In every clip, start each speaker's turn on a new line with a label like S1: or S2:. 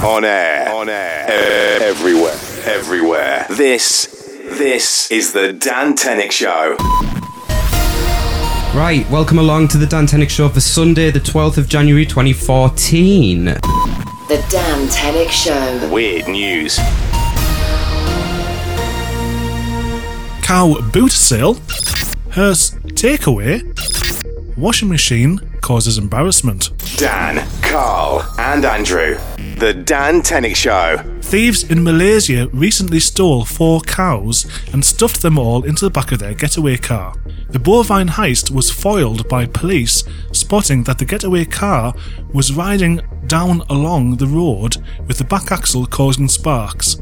S1: On air. On air. E- everywhere. Everywhere. This. This is the Dan Tenick Show.
S2: Right, welcome along to the Dan Tenick Show for Sunday, the 12th of January 2014.
S3: The Dan Tenick Show.
S1: Weird news.
S4: cow boot sale, Hearst takeaway, washing machine causes embarrassment,
S1: Dan, Carl, and Andrew. The Dan Tenick Show.
S4: thieves in Malaysia recently stole four cows and stuffed them all into the back of their getaway car. The bovine heist was foiled by police spotting that the getaway car was riding down along the road with the back axle causing sparks.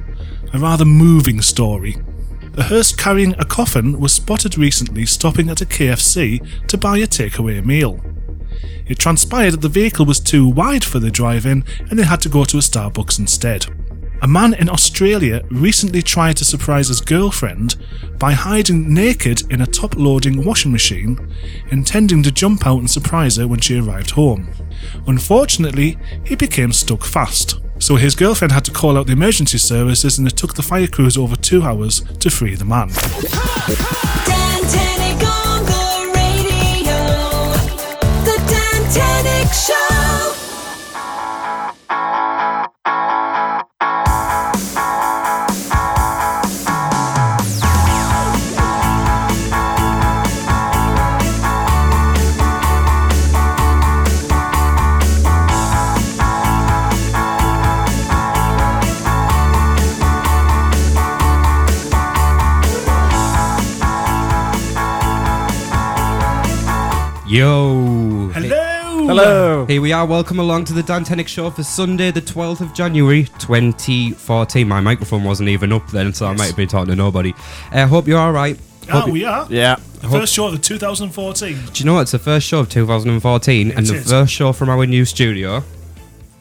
S4: A rather moving story. A hearse carrying a coffin was spotted recently stopping at a KFC to buy a takeaway meal. It transpired that the vehicle was too wide for the drive in and they had to go to a Starbucks instead. A man in Australia recently tried to surprise his girlfriend by hiding naked in a top loading washing machine, intending to jump out and surprise her when she arrived home. Unfortunately, he became stuck fast, so his girlfriend had to call out the emergency services and it took the fire crews over two hours to free the man.
S5: Dan Tenick on the radio. The Dan Tenick Show.
S2: Yo!
S4: Hello!
S6: Hello.
S2: Here we are, welcome along to the Dan Tenick Show for Sunday, the 12th of January 2014. My microphone wasn't even up then, so I might have been talking to nobody. I hope you're alright.
S4: Ah, we are.
S6: Yeah.
S4: The first show of the 2014.
S2: Do you know what? It's the first show of 2014 and
S4: It
S2: the
S4: is.
S2: first show from our new studio.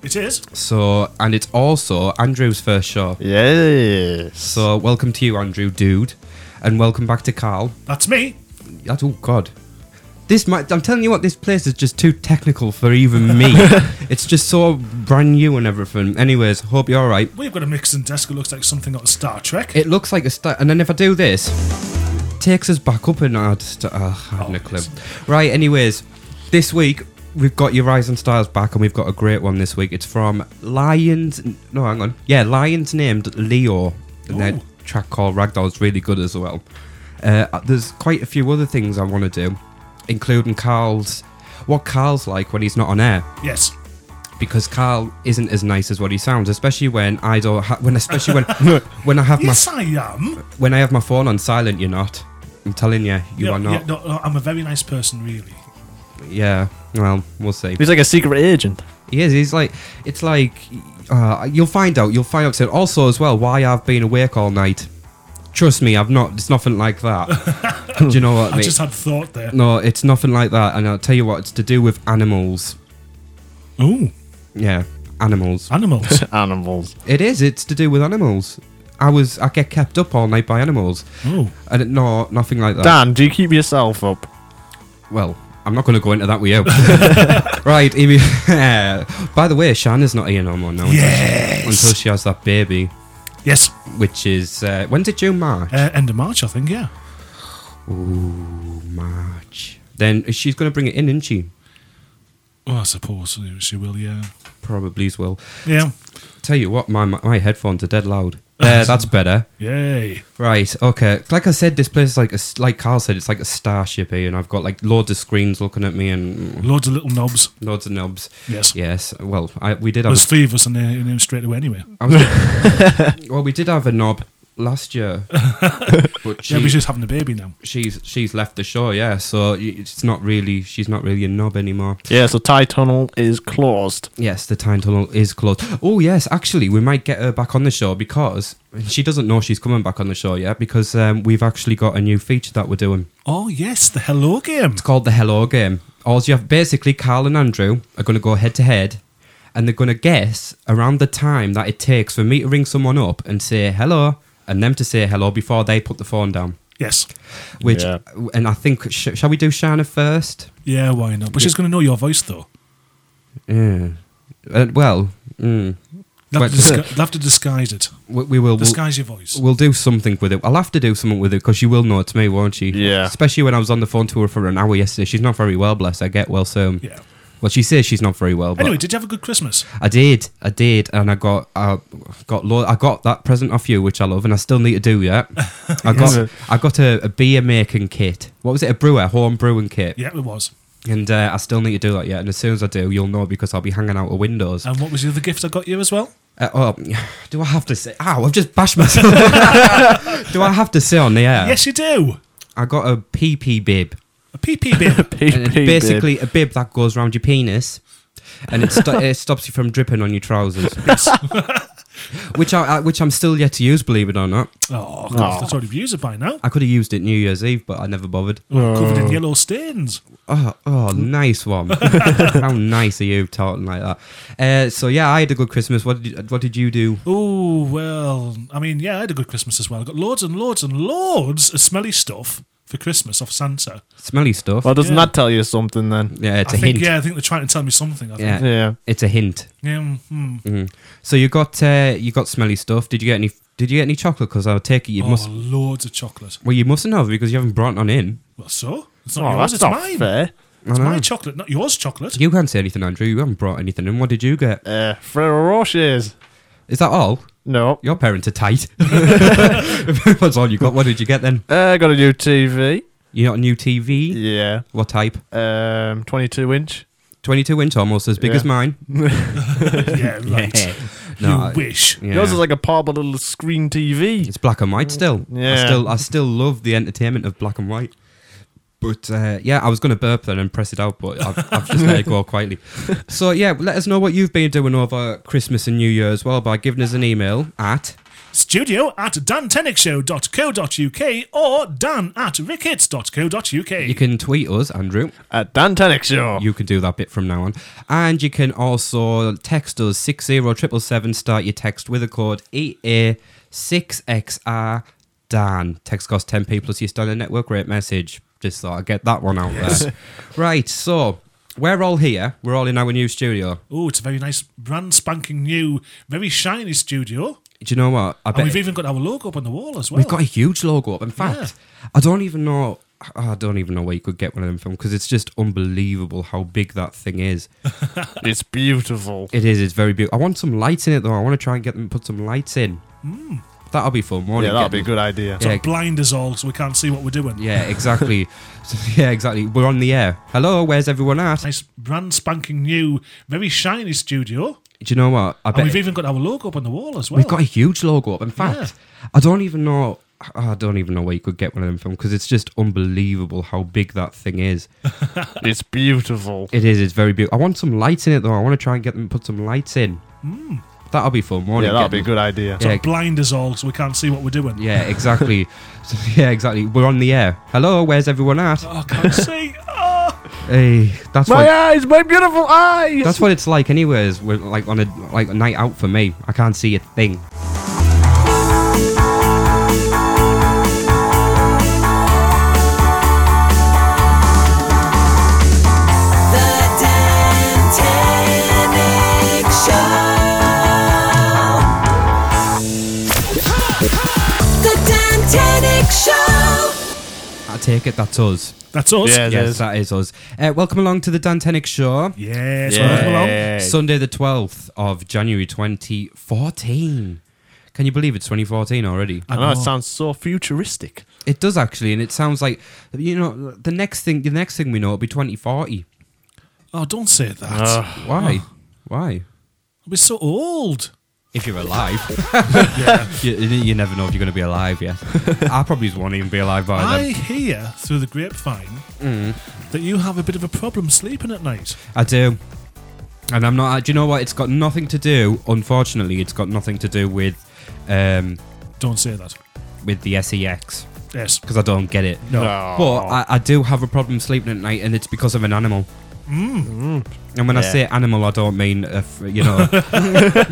S4: It is.
S2: So, and it's also Andrew's first show.
S6: Yes.
S2: So, welcome to you, Andrew, dude. And welcome back to Carl.
S4: That's me.
S2: That, oh God. This might, I'm telling you what, this place is just too technical for even me. it's just so brand new and everything. Anyways, hope you're alright.
S4: We've got a mixing desk that looks like something out of Star Trek.
S2: It looks like a sta and then if I do this, takes us back up and I'd st- uh, I haven't a clue. Right, anyways, this week we've got your Rise and Styles back and we've got a great one this week. It's from Lions. No, hang on. Yeah, Lions named Leo. And their
S4: Ooh.
S2: track called Ragdoll is really good as well. Uh, there's quite a few other things I want to do, including Carl's. What Carl's like when he's not on air
S4: yes.
S2: because Carl isn't as nice as what he sounds, especially when I don't. Ha- when especially when when I have my
S4: Yes, I am.
S2: when I have my phone on silent, you're not. I'm telling you, you
S4: Yeah,
S2: are
S4: yeah,
S2: not.
S4: no, no, I'm a very nice person, really.
S2: Yeah. Well, we'll see.
S6: He's like a secret agent.
S2: He is. He's like. It's like. Uh, you'll find out. You'll find out soon. Also, as well, why I've been awake all night. Trust me, I've not. It's nothing like that. Do you know what I
S4: I
S2: mean?
S4: just had thought there.
S2: no, it's nothing like that. And I'll tell you what. It's to do with animals.
S4: Ooh,
S2: Yeah, animals.
S4: animals.
S6: Animals.
S2: It is. It's to do with animals. I was. I get kept up all night by animals.
S4: Ooh.
S2: And it- no, nothing like that.
S6: Dan, do you keep yourself up?
S2: Well, I'm not going to go into that with you. right, Amy. uh, By the way, Shana's not here no more now.
S4: Yes.
S2: Until she has that baby,
S4: Yes.
S2: which is uh, when's it due? March.
S4: Uh, end of March, I think, yeah.
S2: March. Then she's going to bring it in, isn't she?
S4: Well, I suppose she will, yeah.
S2: Probably as well.
S4: Yeah.
S2: Tell you what, my my headphones are dead loud. There, that's better.
S4: Yay.
S2: Right, okay. Like I said, this place is like a s like Carl said, it's like a starship here, and I've got like loads of screens looking at me and mm,
S4: Loads of little knobs.
S2: loads of knobs.
S4: Yes.
S2: Yes. Well, I, we did have a
S4: There's three of us in there, in there straight away, anyway.
S2: I was- well, we did have a knob last year, but she,
S4: Yeah, we're just having a baby now.
S2: she's she's left the show. Yeah, so y- it's not really she's not really a knob anymore.
S6: Yeah, so Thai Tunnel is closed.
S2: Yes, the time tunnel is closed. Oh yes, actually, we might get her back on the show because she doesn't know she's coming back on the show yet because um, we've actually got a new feature that we're doing.
S4: Oh, yes, the Hello game.
S2: It's called the Hello Game. All you have basically, Carl and Andrew are going to go head to head, and they're going to guess around the time that it takes for me to ring someone up and say hello, and them to say hello before they put the phone down.
S4: Yes.
S2: Which,
S6: Yeah.
S2: and I think, sh- shall we do Shana first?
S4: Yeah, why not? But she's going to know your voice, though.
S2: Yeah. Uh, well, mm,
S4: They'll have, to
S2: But-
S4: disgu- they'll have to disguise it.
S2: We, we will. We'll,
S4: Disguise your voice.
S2: we'll do something with it. I'll have to do something with it because she will know it's me, won't she?
S6: Yeah.
S2: Especially when I was on the phone to her for an hour yesterday. She's not very well, bless her. Get well soon.
S4: Yeah.
S2: Well, she says she's not very well. But
S4: Anyway, did you have a good Christmas?
S2: I did, I did, and I got, I got, lo- I got that present off you, which I love, and I still need to do yet. I got, I got a, a beer making kit. What was it? A brewer, home brewing kit,
S4: Yeah, it was.
S2: and uh, I still need to do that yet. And as soon as I do, you'll know because I'll be hanging out of windows.
S4: And what was the other gift I got you as well?
S2: Uh, oh, do I have to say? Ow, I've just bashed myself. do I have to say on the air?
S4: Yes, you do.
S2: I got a PP bib.
S4: A PP bib.
S2: And it's Uh, basically a bib that goes round your penis, and it, sto- it stops you from dripping on your trousers. which I, I which I'm still yet to use, believe it or not.
S4: oh, God, I thought you'd use it by now.
S2: I could have used it New Year's Eve, but I never bothered.
S4: Covered
S2: Uh.
S4: in yellow stains.
S2: Oh, oh, nice one! How nice are you talking like that? Uh, so yeah, I had a good Christmas. What did you, what did you do?
S4: Oh, well, I mean, yeah, I had a good Christmas as well. I got loads and loads and loads of smelly stuff for Christmas off Santa.
S2: Smelly stuff.
S6: Well, doesn't
S4: Yeah.
S6: that tell you something then?
S2: yeah, it's
S4: I
S2: a
S4: think,
S2: hint.
S4: yeah, I think they're trying to tell me something. I think.
S2: Yeah.
S6: Yeah.
S2: it's a hint.
S4: Yeah. mm, mm.
S2: So you got uh, you got smelly stuff. Did you get any? Did you get any chocolate? Because I'll take it. You
S4: Oh,
S2: must.
S4: loads of chocolate.
S2: Well, you mustn't have because you haven't brought none in.
S4: Well, so? It's not
S6: Oh,
S4: yours,
S6: that's
S4: it's
S6: not
S4: mine.
S6: fair.
S4: It's my chocolate, not yours chocolate.
S2: You can't say anything, Andrew. You haven't brought anything in. What did you get?
S6: Uh, Ferrero Rocher's.
S2: Is that all?
S6: No.
S2: Your parents are tight. if that's all you got, what did you get then?
S6: Uh, I got a new TV.
S2: You got a new TV?
S6: Yeah.
S2: What type?
S6: Um, 22 inch.
S2: 22 inch, almost as big
S6: Yeah.
S2: as mine.
S4: yeah, right.
S2: No,
S4: you
S2: I-
S4: wish.
S2: Yeah.
S6: Yours is like a portable little screen TV.
S2: it's black and white still. I
S6: Yeah.
S2: still, I still love the entertainment of black and white. But uh, yeah, I was going to burp then and press it out, but I've, I've just let it go quietly. So yeah, let us know what you've been doing over Christmas and New Year as well by giving us an email at
S4: Studio at dantenickshow.co.uk or dan at
S2: You
S4: rickets.co.uk.
S2: can tweet us, Andrew.
S6: At Dan Tenick Show.
S2: You can do that bit from now on. And you can also text us 60777, start your text with a code E EA6XR Dan. Text costs 10p plus your standard network rate message. Just thought I'd get that one out there. right, so we're all here. We're all in our new studio.
S4: Oh, it's a very nice, brand spanking new, very shiny studio.
S2: Do you know what? I
S4: And
S2: bet
S4: we've even got our logo up on the wall as well.
S2: we've got a huge logo up. In fact, I don't even know. I don't even know where you could get one of them from because it's just unbelievable how big that thing is.
S6: It's beautiful.
S2: It is. It's very beautiful. I want some lights in it though. I want to try and get them put some lights in.
S4: Hmm.
S2: That'll be fun. won't
S6: Yeah,
S2: it?
S6: that'd be a
S2: Get-
S6: good idea.
S2: Yeah.
S4: blinders all, so we can't see what we're doing.
S2: Yeah, exactly. So, yeah, exactly. We're on the air. Hello, where's everyone at? Do
S4: Nice, brand spanking new, very shiny studio.
S2: you know what? I
S4: And
S2: bet
S4: we've even got our logo up on the wall as well.
S2: we've got a huge logo up. In fact, I don't even know. I don't even know where you could get one of them from because it's just unbelievable how big that thing is.
S6: It's beautiful.
S2: It is. It's very beautiful. I want some lights in it though. I want to try and get them put some lights in.
S4: Hmm.
S2: That'll be fun. won't
S6: Yeah,
S2: it?
S6: that'd be
S2: Get
S6: a good idea.
S2: Yeah.
S4: blinders all, so we can't see what we're doing.
S2: Yeah, exactly. So, yeah, exactly. We're on the air. Hello, where's everyone at?
S4: Oh, I can't see. Oh.
S2: Hey, that's
S6: My
S2: what
S6: eyes, my beautiful eyes.
S2: that's what it's like. Anyways, we're like on a like a night out for me. I can't see a thing.
S5: The Dantanic Show. The Dantanic Show.
S2: I take it that's us.
S4: That's us.
S6: Yeah, it
S2: yes,
S6: is.
S2: that is us. Uh, welcome along to the Dantenic Show.
S4: Yes,
S6: Yeah.
S4: welcome along.
S2: Sunday the twelfth of January twenty fourteen. Can you believe it's 2014 already?
S6: I know it sounds so futuristic.
S2: It does actually, and it sounds like you know the next thing. The next thing we know will be 2040.
S4: Oh, don't say that.
S6: Oh.
S2: Why? Why?
S4: We're so old.
S2: If you're alive, you, you never know if you're going to be alive. Yes, I probably won't even be alive by then.
S4: I hear through the grapevine
S2: Mm.
S4: that you have a bit of a problem sleeping at night.
S2: I do. And I'm not. uh, Do you know what? It's got nothing to do. Unfortunately, it's got nothing to do with, um,
S4: Don't say that.
S2: with the sex
S4: Yes.
S2: because I don't get it.
S4: No.
S6: Oh,
S2: But I, I do have a problem sleeping at night, and it's because of an animal.
S4: Mm-hmm.
S2: Mm. And when I
S6: Yeah.
S2: say animal, I don't mean a f you know. You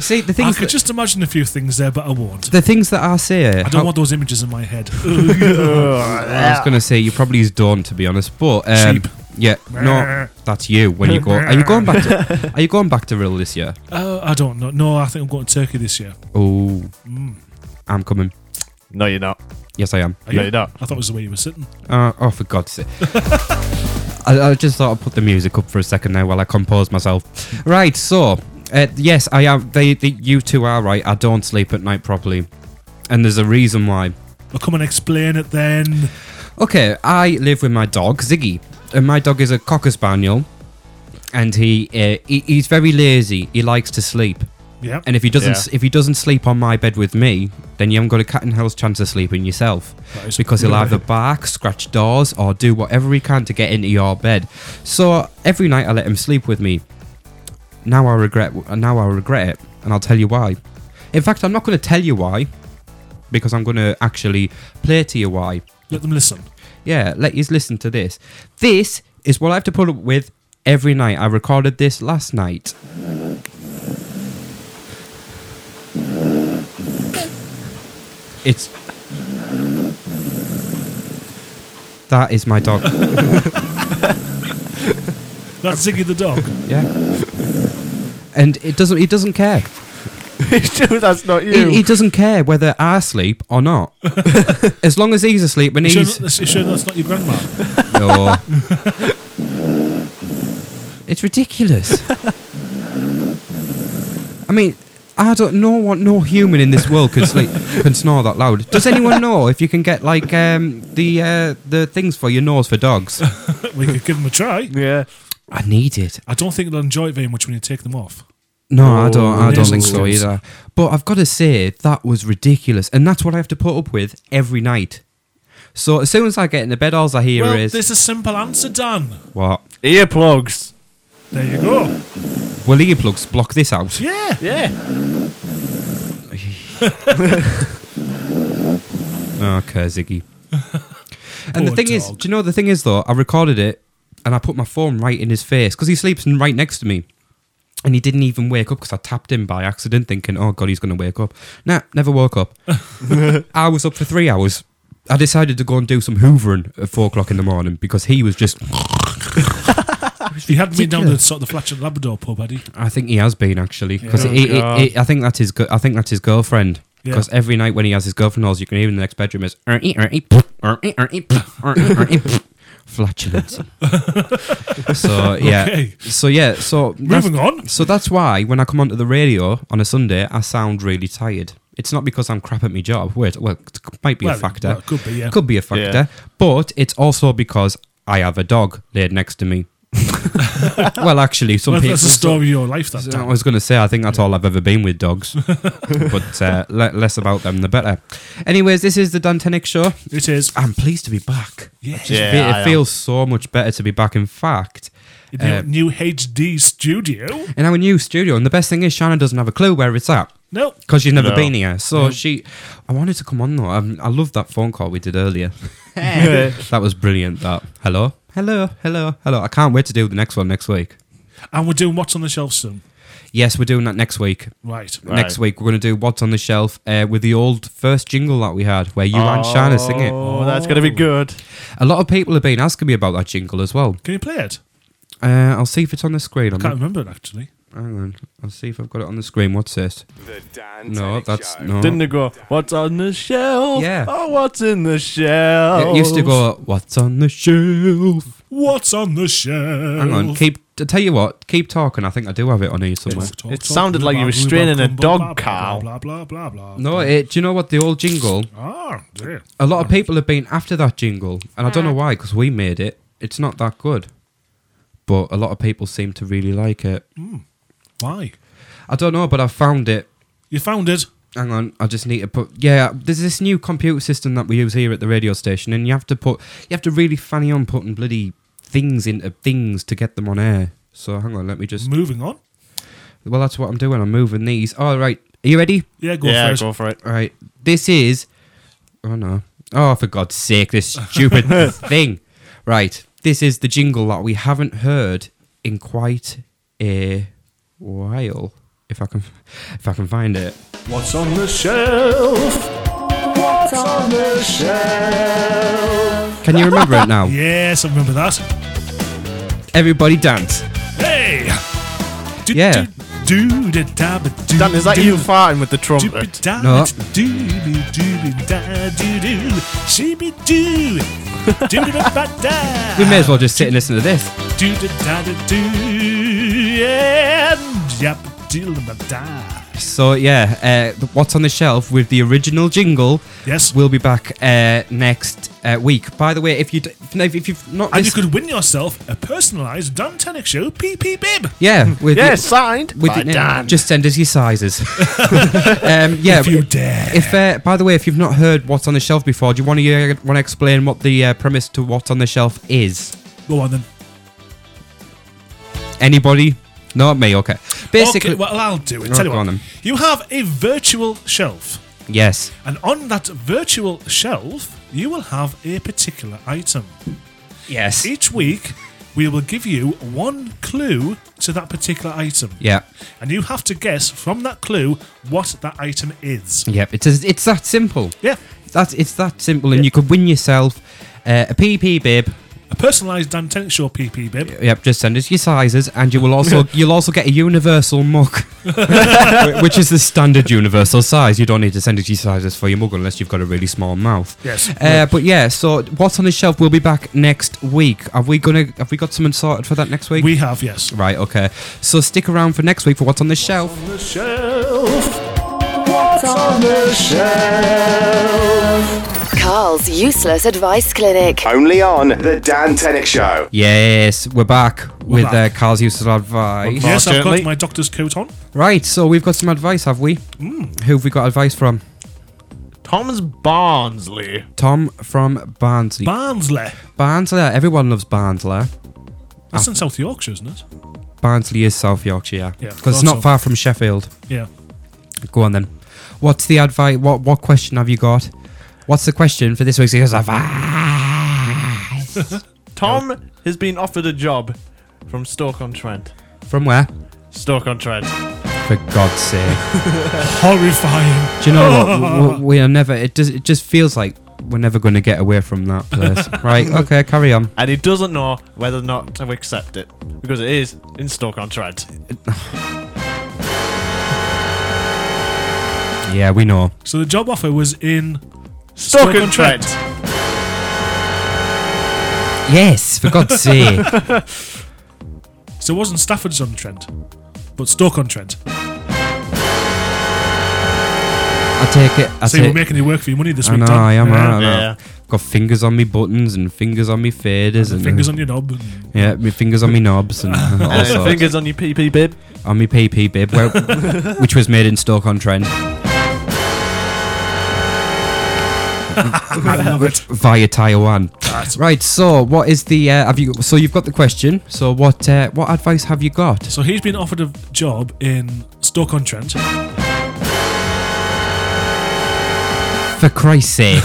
S2: See the
S4: I
S2: things.
S4: could
S2: That,
S4: just imagine a few things there, but I won't.
S2: the things that I say.
S4: I
S2: how-
S4: don't want those images in my head.
S2: I was going to say you probably don't, to be honest. But um,
S4: Sheep.
S2: Yeah, no, that's you when you go. Are you going back? To, are you going back to Rill this year?
S4: Uh, I don't know. No, I think I'm going to Turkey this year.
S2: Oh,
S4: Mm.
S2: I'm coming.
S6: No, you're not.
S2: Yes, I am.
S4: Are
S6: No,
S4: you-
S6: you're not.
S4: I thought it was the way you were sitting.
S2: Uh, oh, for God's sake! I, I just thought I'd put the music up for a second there while I compose myself. Right, so uh, yes, I am. They, they, you two are right. I don't sleep at night properly, and there's a reason why.
S4: Well, come and explain it then.
S2: Okay, I live with my dog Ziggy, and my dog is a cocker spaniel, and he, uh, he he's very lazy. He likes to sleep.
S4: Yeah.
S2: And if he doesn't,
S6: Yeah.
S2: if he doesn't sleep on my bed with me, then you haven't got a cat in hell's chance of sleeping yourself,
S4: That is-
S2: because he'll either bark, scratch doors, or do whatever he can to get into your bed. So every night I let him sleep with me. Now I regret. Now I regret it, and I'll tell you why. In fact, I'm not going to tell you why, because I'm going to actually play to you why.
S4: Let them listen.
S2: Yeah, let you listen to this. This is what I have to put up with every night. I recorded this last night. It's. That is my dog.
S4: That's Ziggy the dog.
S2: Yeah. And it doesn't. He doesn't care.
S6: That's not you.
S2: He, he doesn't care whether I sleep or not. as long as he's asleep and
S4: You sure,
S2: he's.
S4: that's- you sure that's not your grandma?
S2: No. it's ridiculous. I mean, I don't know what no human in this world can sleep can snore that loud. Does anyone know if you can get like um, the uh, the things for your nose for dogs?
S4: we could give them a try.
S6: yeah.
S2: I need it.
S4: I don't think they'll enjoy it very much when you take them off.
S2: No, I don't. I don't
S4: there's
S2: think so
S4: excuse.
S2: either. But I've got to say that was ridiculous, and that's what I have to put up with every night. So as soon as I get into bed, all I hear
S4: well,
S2: is
S4: there's a simple answer, Dan.
S2: what?
S6: Earplugs.
S4: There you go.
S2: Will earplugs block this out?
S4: Yeah.
S6: Yeah.
S2: Okay, Ziggy. and the
S4: Poor
S2: thing is,
S4: dog.
S2: do you know the thing is though? I recorded it and I put my phone right in his face because he sleeps n- right next to me, and he didn't even wake up because I tapped him by accident, thinking, "Oh God, he's going to wake up." Nah, never woke up. I was up for three hours. I decided to go and do some hoovering at four o'clock in the morning because he was just.
S4: He had me down the
S2: ridiculous.
S4: sort of the Fletcher Labrador pub, had he?
S2: I think he has been actually because
S4: Yeah.
S6: Oh,
S2: I think that's his. Go- I think that's his girlfriend.
S4: Yeah.
S2: Because every night when he has his girlfriend, all you can hear in the next bedroom is "Er, ee, er, ee, pff, er, ee, er, ee, pff, er, ee, er, ee, pff." flatulence. so yeah,
S4: Okay.
S2: so yeah, so that's-
S4: Moving on.
S2: So that's why when I come onto the radio on a Sunday, I sound really tired. It's not because I'm crap at my job. Wait, well, it might be
S4: Well,
S2: a factor.
S4: well, it could be, yeah.
S2: Could be a factor.
S6: Yeah.
S2: But it's also because I have a dog laid next to me. well, actually, some
S4: Well,
S2: people.
S4: that's the story of your life, that
S2: I
S4: Dan.
S2: was going to say, I think that's all I've ever been with dogs, but uh, le- less about them the better. Anyways, this is the Dan Tenick Show.
S4: It is.
S2: I'm pleased to be back.
S4: Yes.
S6: Yeah.
S2: Fe- it
S6: I am.
S2: feels so much better to be back. In fact,
S4: In
S2: uh,
S6: um,
S4: your new HD studio.
S2: in our new studio, and the best thing is, Shannon doesn't have a clue where it's at
S4: No.
S2: because she's never
S6: No.
S2: been here. So she, I wanted to come on though. Um, I love that phone call we did earlier. that was brilliant. That hello, hello, hello, hello. I can't wait to do the next one next week.
S4: And we're doing What's on the Shelf soon.
S2: Yes, we're doing that next week.
S4: Right.
S2: Next week we're going to do what's on the shelf uh, with the old first jingle that we had, where you and Shana sing it.
S6: Oh, that's gonna be good.
S2: A lot of people have been asking me about that jingle as well.
S4: Can you play it?
S2: Uh, I'll see if it's on the screen.
S4: Can't
S2: I'm,
S6: Mm-hmm.
S4: remember it, actually.
S2: hang on, I'll see if I've got it on the screen. What's this?
S1: The Dan
S2: No,
S1: Tenick
S2: that's
S1: Show.
S2: no.
S6: Didn't it go? What's on the shelf?
S2: Yeah.
S6: Oh, what's in the shelf?
S2: It used to go.
S6: Oh.
S2: What's on the shelf?
S4: What's on the shelf?
S2: Hang on, keep. I tell you what, keep talking. I think I do have it on here somewhere.
S4: Talk, talk,
S6: It
S4: talk,
S6: sounded
S4: blah,
S6: like you
S4: blah,
S6: were
S4: blah,
S6: straining
S4: blah,
S6: a
S4: blah,
S6: dog,
S4: blah, blah,
S6: Carl.
S4: Blah, blah, blah, blah.
S2: No, it, do you know what the old jingle?
S4: Ah, dear.
S2: A lot of people have been after that jingle, and I don't know why, because we made it. It's not that good, but a lot of people seem to really like it.
S4: Why?
S2: I don't know, but I found it.
S4: You found it.
S2: Hang on, I just need to put. Yeah, there's this new computer system that we use here at the radio station, and you have to put, you have to really fanny on putting bloody things into things to get them on air. So hang on, let me just.
S4: Moving on.
S2: Well, that's what I'm doing. I'm moving these. All right, are you ready?
S4: Yeah, go
S6: Yeah,
S4: for it.
S6: go for it.
S2: All right, this is. Oh no! Oh, for God's sake, this stupid thing. Right, this is the jingle that we haven't heard in quite a while. If I can, if I can find it.
S6: What's on the shelf? What's on the shelf?
S2: Can you remember it now?
S4: Yes, I remember that.
S2: Everybody dance.
S4: Hey! Do,
S2: Yeah.
S4: Do, do, da, da, ba, do,
S7: Dan, is that
S4: do,
S7: you Eh. farting with the
S4: do,
S7: trumpet?
S4: ba, da,
S2: No.
S4: do, be, do, be, da, do, do, she, be, do, do, da, da, ba, da.
S2: We may as well just sit and listen to this.
S4: Do, da, da, da, do, and yap, do, da, ba, da.
S2: So yeah, uh, the- what's on the shelf with the original jingle?
S4: Yes.
S2: we'll be back uh, next uh, week. By the way, if you d- if, no, if you've not
S4: And you
S2: listened,
S4: could win yourself a personalised Dan Tenick Show PP bib.
S2: yeah, with
S7: yeah,
S2: your-
S7: signed
S2: with
S7: by
S2: your name,
S7: Dan.
S2: just send us your sizes. um, yeah,
S4: If you dare.
S2: If uh, by the way, if you've not heard what's on the shelf before, do you want to uh, want to explain what the uh, premise to what's on the shelf is?
S4: Go on then.
S2: Anybody? Not me. Okay. Basically,
S4: okay, well, I'll do it.
S2: Right,
S4: Tell you
S2: go on
S4: what.
S2: then.
S4: You have a virtual shelf.
S2: yes.
S4: And on that virtual shelf, you will have a particular item.
S2: Yes.
S4: Each week, we will give you one clue to that particular item.
S2: Yeah.
S4: And you have to guess from that clue what that item is.
S2: Yep. It's as- it's that simple.
S4: Yeah.
S2: That's it's that simple, and you could win yourself uh, a PP bib.
S4: A personalised Dan Tennant Show PP bib.
S2: Yep, just send us your sizes, and you will also you'll also get a universal mug, whi- which is the standard universal size. You don't need to send us your sizes for your mug unless you've got a really small mouth.
S4: Yes.
S2: Uh, but yeah, so what's on the shelf? We'll be back next week. Have we gonna have we got something sorted for that next week?
S4: We have, yes.
S2: right. Okay. So stick around for next week for what's on the shelf.
S6: the shelf? What's on the shelf?
S3: Carl's Useless Advice Clinic.
S1: Only on The Dan Tenick Show.
S2: Yes, we're back with
S4: back.
S2: Uh, Carl's useless advice.
S4: Yes, I've got
S7: Unfortunately.
S4: my doctor's coat on.
S2: Right. So we've got some advice, have we? Who have we got advice from?
S7: Thomas Barnsley.
S2: Tom from Barnsley.
S4: Barnsley.
S2: Barnsley. Everyone loves Barnsley.
S4: That's in South Yorkshire, isn't it?
S2: Barnsley is South Yorkshire. Yeah,
S4: Yeah,
S2: because it's not
S4: thought so.
S2: far from Sheffield.
S4: Yeah.
S2: Go on then. What's the advice? What what question have you got? What's the question for this week's advice?
S7: Tom has been offered a job from Stoke on Trent.
S2: From where?
S7: Stoke on Trent.
S2: For God's sake!
S4: Horrifying.
S2: Do you know what? We, we are never. It does. It just feels like we're never going to get away from that place. right? Okay. Carry on.
S7: And he doesn't know whether or not to accept it because it is in Stoke on Trent.
S2: Yeah, we know.
S4: So the job offer was in.
S7: Stoke
S4: on
S7: on Trent.
S2: Yes, for God's sake.
S4: So it wasn't Stafford's on Trent, but Stoke on Trent.
S2: I take it. I
S4: so
S2: take
S4: you were making it work for your money this
S2: I
S4: week,
S2: know.
S4: Dan.
S2: I am.
S4: Yeah.
S2: I know.
S7: Yeah.
S2: Got fingers on me buttons and fingers on me faders and
S4: Fingers on your knob. and-
S2: Yeah, my fingers on me knobs and all
S7: And your
S2: sorts.
S7: fingers on your PP bib.
S2: on my PP bib, well, which was made in Stoke on Trent
S4: I love it.
S2: via Taiwan. Right. So, what is the? Uh, have you? So you've got the question. So what? Uh, what advice have you got?
S4: So he's been offered a job in Stoke on Trent.
S2: For Christ's sake!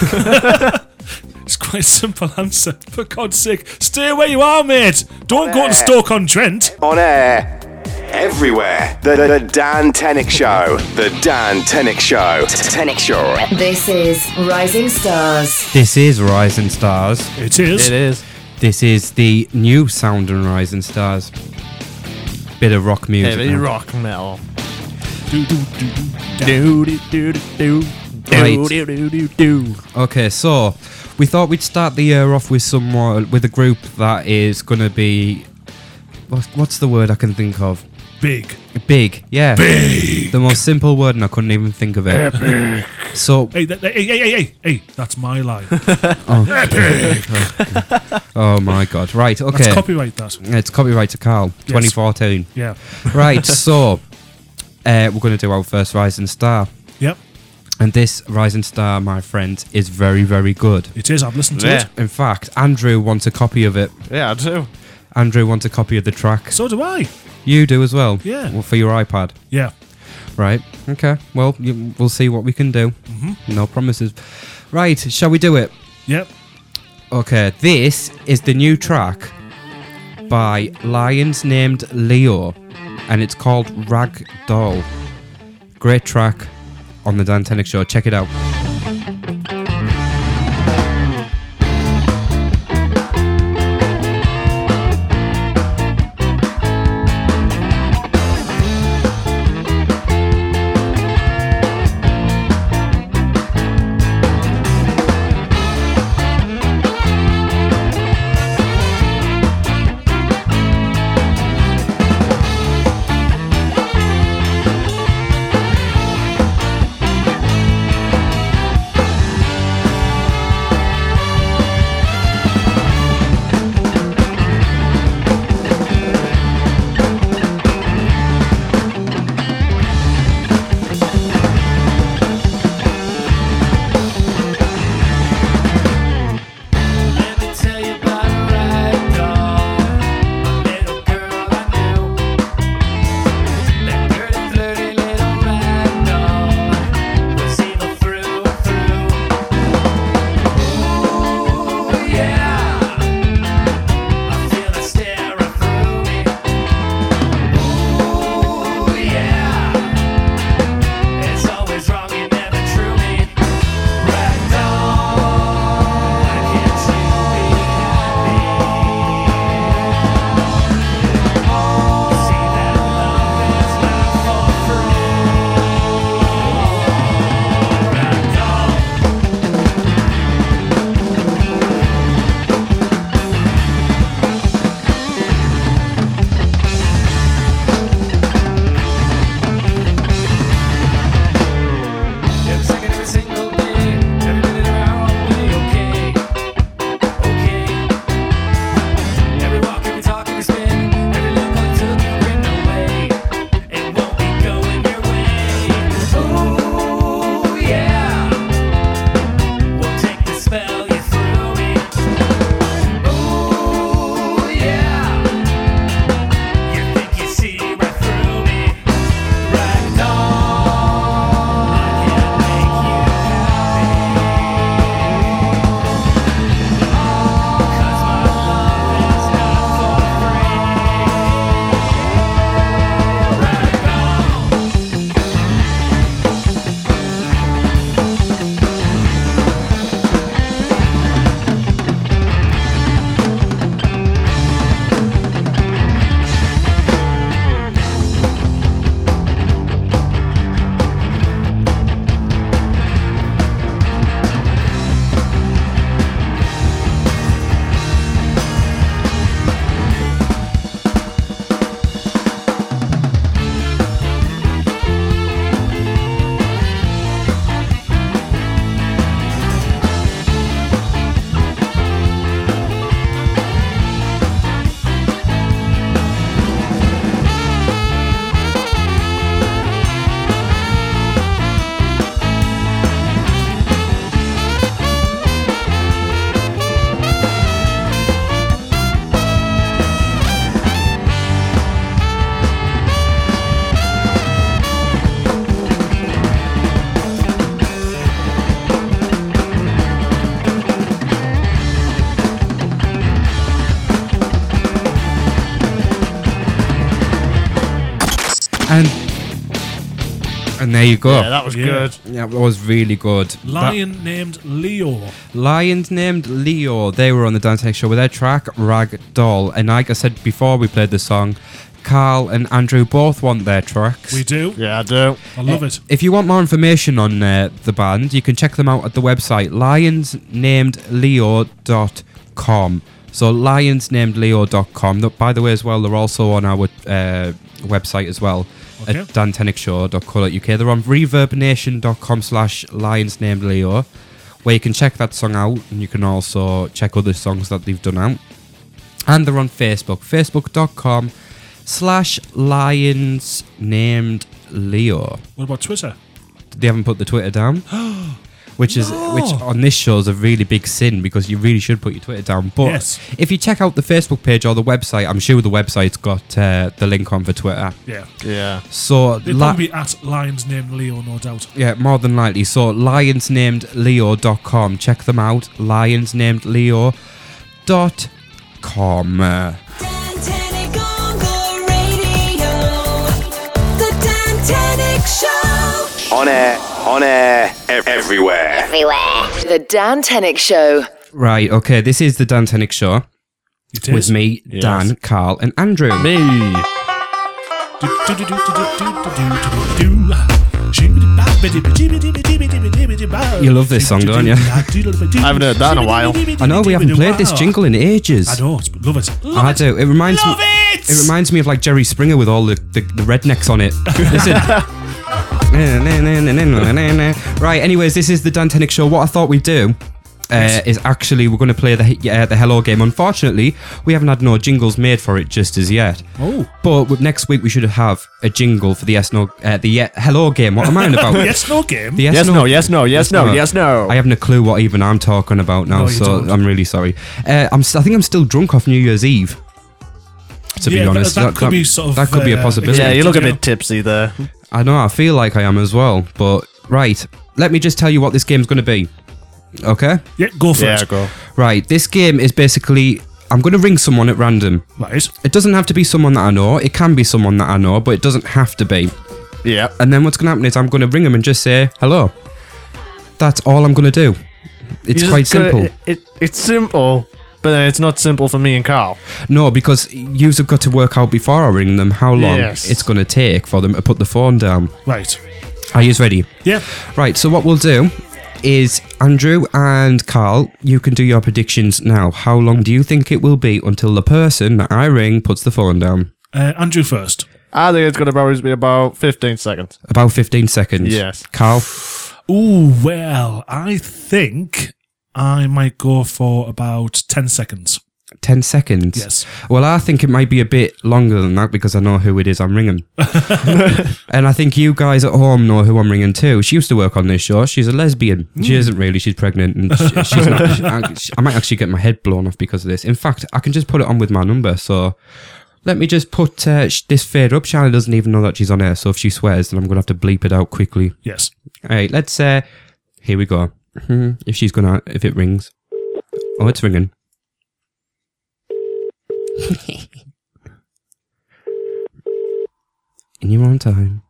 S4: It's quite a simple answer. For God's sake, stay where you are, mate. Don't go to Stoke on Trent.
S1: On air. Everywhere. The, the, the Dan Tenick Show. The Dan Tenick Show. Tenick Show.
S3: This is Rising Stars.
S2: this is Rising Stars.
S4: It is.
S7: It is.
S2: This is the new sound and Rising Stars. Bit of rock music.
S7: Heavy
S2: now.
S7: rock metal.
S4: Do, do, do, do, da.
S7: Do do do do do.
S2: Right.
S7: Do do do do do.
S2: Okay, so we thought we'd start the year off with someone with a group that is going to be what's, what's the word I can think of?
S4: Big.
S2: Big, yeah. Big. The most simple word, and I couldn't even think of it. So,
S4: Hey, that, that- hey, hey, hey, hey, hey, that's my line.
S2: oh my god, right? Okay,
S4: That's copyright that.
S2: it's copyright to Carl, 2014.
S4: Yeah.
S2: right, so uh, we're going to do our first rising star,
S4: Yep.
S2: and this rising star, my friend, is very, very good.
S4: It is. I've listened to
S7: Yeah.
S4: it.
S2: In fact, Andrew wants a copy of it.
S7: Yeah, I do.
S2: Andrew wants a copy of the track.
S4: So do I.
S2: You do as well.
S4: Yeah.
S2: Well, for your iPad,
S4: Yeah.
S2: right? Okay. Well, you, we'll see what we can do. No promises. Right? Shall we do it?
S4: Yep.
S2: Okay. This is the new track by Lions named Leo, and it's called Rag Doll. Great track on the Dan Tenick Show. Check it out.
S8: Ragdoll,
S2: And there you go.
S7: Yeah, that was
S4: Yeah.
S7: good.
S2: That was really good. That-
S4: Lion named Leo.
S2: Lions named Leo. They were on the Dance Tech Show with their track Rag Doll. And like I said before, we played the song. Carl and Andrew both want their tracks.
S4: We do.
S7: Yeah, I do.
S4: I love it.
S2: If you want more information on uh, the band, you can check them out at the website lionsnamedleo.com. So lionsnamedleo.com. Th- By the way, as well, they're also on our uh, website as well
S4: Okay.
S2: at dantenicshow.co.uk. They're on reverbnation.com slash lionsnamedleo, where you can check that song out and you can also check other songs that they've done out. And they're on Facebook, facebook.com slash lionsnamedleo
S4: What about Twitter?
S2: they haven't put the Twitter down. Which is which on this show is a really big sin because you really should put your Twitter down. But
S4: Yes.
S2: if you check out the Facebook page or the website, I'm sure the website's got uh, the link on for Twitter.
S4: Yeah.
S7: Yeah.
S2: So
S4: It'd
S2: li-
S4: probably be at Lions named Leo, no doubt.
S2: yeah, more than likely. So lionsnamedleo.com. Check them out. Lionsnamedleo.com. Uh,
S5: Dantenic on the radio. The Dantenic Show.
S1: On air, on air, ev- everywhere.
S3: The Dan Tenick Show.
S2: right. Okay. This is the Dan Tenick Show
S4: It
S2: with me,
S7: Yes.
S2: Dan, Carl, and Andrew.
S7: Me.
S4: You
S2: You love this song, don't you?
S4: I haven't
S7: heard that in a while.
S2: I know we haven't played this jingle in ages.
S4: I know, it's- love it. Love
S2: I do. It reminds me.
S4: it!
S2: It reminds me of like Jerry Springer with all the, the, the rednecks on it. Listen. right, anyways, this is the Dan Tenick Show. What I thought we'd do. Uh, is actually we're going to play the he- uh, the hello game. Unfortunately, we haven't had no jingles made for it just as yet.
S4: Oh.
S2: But with- next week we should have a jingle for the yes no uh, the ye- hello game. What am I on about?
S4: Yes, no game.
S2: The
S7: Yes, no, yes, no, yes, no, yes, no.
S2: I haven't a clue what even I'm talking about now,
S4: No, you
S2: so
S4: don't.
S2: I'm really sorry. Uh, I'm, s- I think I'm still drunk off New Year's Eve. To
S4: Yeah,
S2: be
S4: that-
S2: honest,
S4: that could be sort of,
S2: that could be a
S4: uh,
S2: possibility.
S7: Yeah, you look a
S4: Yeah.
S7: bit tipsy there.
S2: I know. I feel like I am as well. But right, let me just tell you what this game's going to be. Okay.
S4: Yeah, go for
S7: Yeah,
S4: it.
S7: go.
S2: Right. This game is basically I'm going to ring someone at random.
S4: Right.
S2: It doesn't have to be someone that I know. It can be someone that I know, but it doesn't have to be.
S7: Yeah.
S2: And then what's going to happen is I'm going to ring them and just say hello. That's all I'm going to do. It's
S7: You
S2: quite
S7: just gotta-
S2: simple.
S7: It, it- it's simple, but then it's not simple for me and Carl.
S2: No, because yous have got to work out before I ring them how long
S7: Yes.
S2: it's going to take for them to put the phone down.
S4: Right.
S2: Are yous ready?
S4: Yeah.
S2: Right, so what we'll do is Andrew and Carl, you can do your predictions now. How long do you think it will be until the person that I ring puts the phone down?
S4: Uh, Andrew first.
S7: I think it's going to probably be about 15 seconds.
S2: About 15 seconds.
S7: Yes.
S2: Carl,
S4: Ooh, well, I think I might go for about 10 seconds.
S2: 10 seconds.
S4: Yes.
S2: Well, I think it might be a bit longer than that because I know who it is I'm ringing. and I think you guys at home know who I'm ringing too. She used to work on this show. She's a lesbian. She isn't really. She's pregnant. And sh she's not. she- I, she- I might actually get my head blown off because of this. In fact, I can just put it on with my number. So let me just put uh, sh- this fade up. Shannon doesn't even know that she's on air. So if she swears, then I'm going to have to bleep it out quickly.
S4: Yes.
S2: All right, let's. Uh, here we go. Hmm, if she's gonna, if it rings. Oh, it's ringing. And you're on time.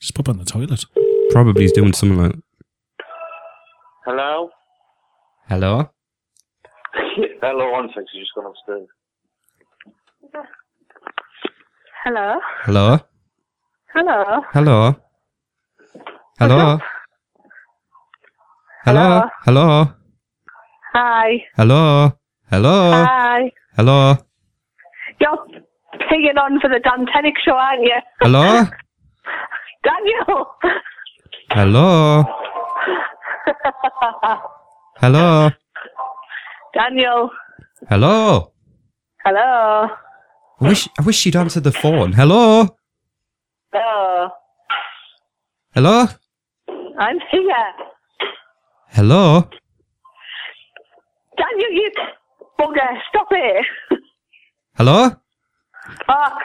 S4: Just pop on the toilet.
S2: Probably he's doing something like.
S8: Hello?
S2: Hello.
S8: Hello, one second, she's just gone upstairs.
S9: Hello.
S2: Hello.
S9: Hello.
S2: Hello. Hello. Hello. Hello.
S9: Hi.
S2: Hello. Hello.
S9: Hi.
S2: Hello.
S9: You're pinging on for the Dan Tenick show, aren't you?
S2: Hello.
S9: Daniel!
S2: Hello. Hello.
S9: Daniel.
S2: Hello.
S9: Hello.
S2: I wish I wish she'd answered the phone. Hello?
S9: Hello.
S2: Hello?
S9: I'm here.
S2: Hello?
S9: Daniel, you bugger, stop it.
S2: Hello?
S9: Ah.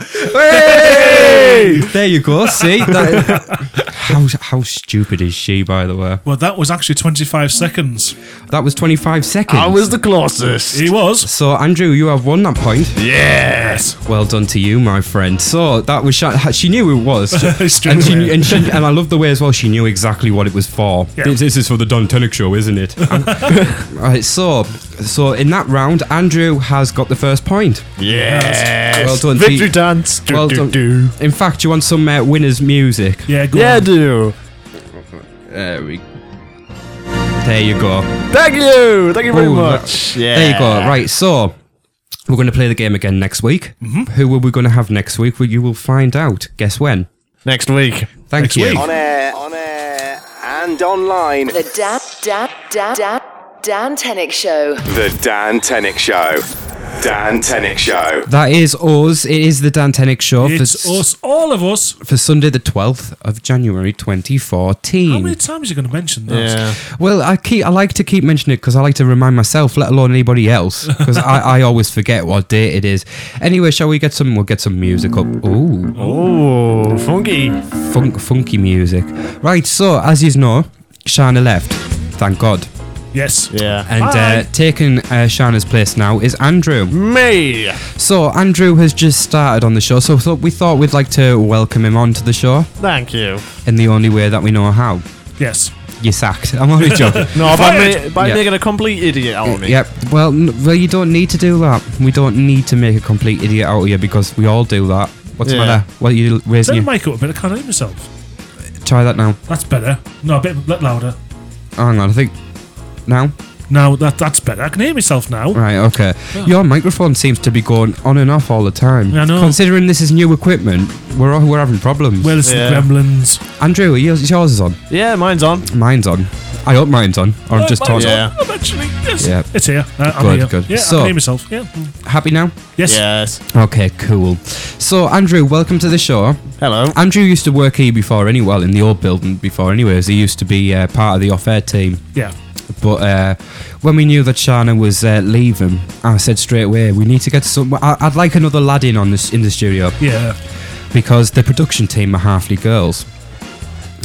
S9: Fuck.
S2: Hey! There you go. See, that, how how stupid is she? By the way,
S4: Well, that was actually 25 seconds.
S2: that was 25 seconds.
S7: I was the closest.
S4: He was.
S2: so Andrew, you have won that point.
S7: Yes.
S2: Well done to you, my friend. So that was Shan- she knew it was,
S4: Straight
S2: and she
S4: away.
S2: and she and I love the way as well. She knew exactly what it was for.
S4: Yeah.
S2: This, this is for the Don Tenick show, isn't it? right. So so in that round, Andrew has got the first point.
S7: Yes.
S2: Well done,
S7: Victory
S2: Pete.
S7: dance. Do,
S2: Well
S7: do,
S2: done.
S7: do.
S2: In fact, you want some uh, winners' music?
S4: Yeah, go
S7: Yeah,
S4: on.
S7: do.
S2: There we. There you go.
S7: Thank you. Thank you very
S2: Ooh,
S7: much.
S2: that-
S7: Yeah.
S2: There you go. Right, so we're going to play the game again next week. Who are we going to have next week? Well, you will find out. Guess when?
S7: Next week.
S2: Thank
S4: Next
S2: you.
S4: week.
S1: On air, on air, and online.
S3: The Dan Dan Dan Dan Dan Tenick Show.
S1: The Dan Tenick Show. Dan Tenick Show.
S2: That is us. It is the Dan Tenick Show for,
S4: It's
S2: s-
S4: us, all of us.
S2: for Sunday, the 12th of January,
S4: How
S2: 2014.
S4: many times are you going to mention that?
S7: Hmm. Yeah.
S2: well, I keep I like to keep mentioning it because I like to remind myself, let alone anybody else, because I, I always forget what date it is. Anyway, shall we get some? We'll get some music up. Ooh.
S7: Oh, funky.
S2: funk, funky music. Right, so as you know, Shana left. Thank God.
S4: Yes.
S7: Yeah.
S2: And
S7: Hi.
S2: uh, taking uh, Shana's place now is Andrew.
S7: me.
S2: So Andrew has just started on the show, so thought- we thought we'd like to welcome him onto the show
S7: Thank you.
S2: in the only way that we know how.
S4: Yes.
S2: You sacked. I'm only joking.
S7: No, by,
S4: Fired.
S7: ma- by
S2: Yeah.
S7: making a complete idiot out of me.
S2: Yep. Well, n- well, you don't need to do that. We don't need to make a complete idiot out of you because we all do that. What's
S7: Yeah.
S2: the matter? What are you raising?
S4: Turn the
S2: Your-
S4: mic up a bit. I can't hear myself.
S2: Try that now.
S4: That's better. No, a bit bit louder.
S2: Hang on. I think now.
S4: Now that that's better. I can hear myself now.
S2: Right, okay. Your microphone seems to be going on and off all the time.
S4: I know.
S2: Considering this is new equipment, we're we're having problems.
S4: Well, it's
S7: Yeah.
S4: the Gremlins.
S2: Andrew, are yours, yours is on.
S7: Yeah, mine's on.
S2: Mine's on. I hope mine's on. Or I'm just
S4: Oh, my
S2: talking.
S7: Yeah.
S4: God, I'm actually, yes.
S2: Yeah.
S4: It's here. Uh, I'm
S2: Good,
S4: here.
S2: good.
S4: Yeah, I
S2: So-
S4: can hear myself. Yeah. Mm.
S2: Happy now?
S4: Yes.
S7: Yes.
S2: Okay, cool. So, Andrew, welcome to the show.
S7: Hello.
S2: Andrew used to work here before, anyway, well, in the old building before, anyways. He used to be uh, part of the off air team.
S4: Yeah.
S2: But uh, when we knew that Shana was uh, leaving, I said straight away, we need to get some. I- I'd like another lad in on this in the studio.
S4: Yeah.
S2: because the production team are halfly girls.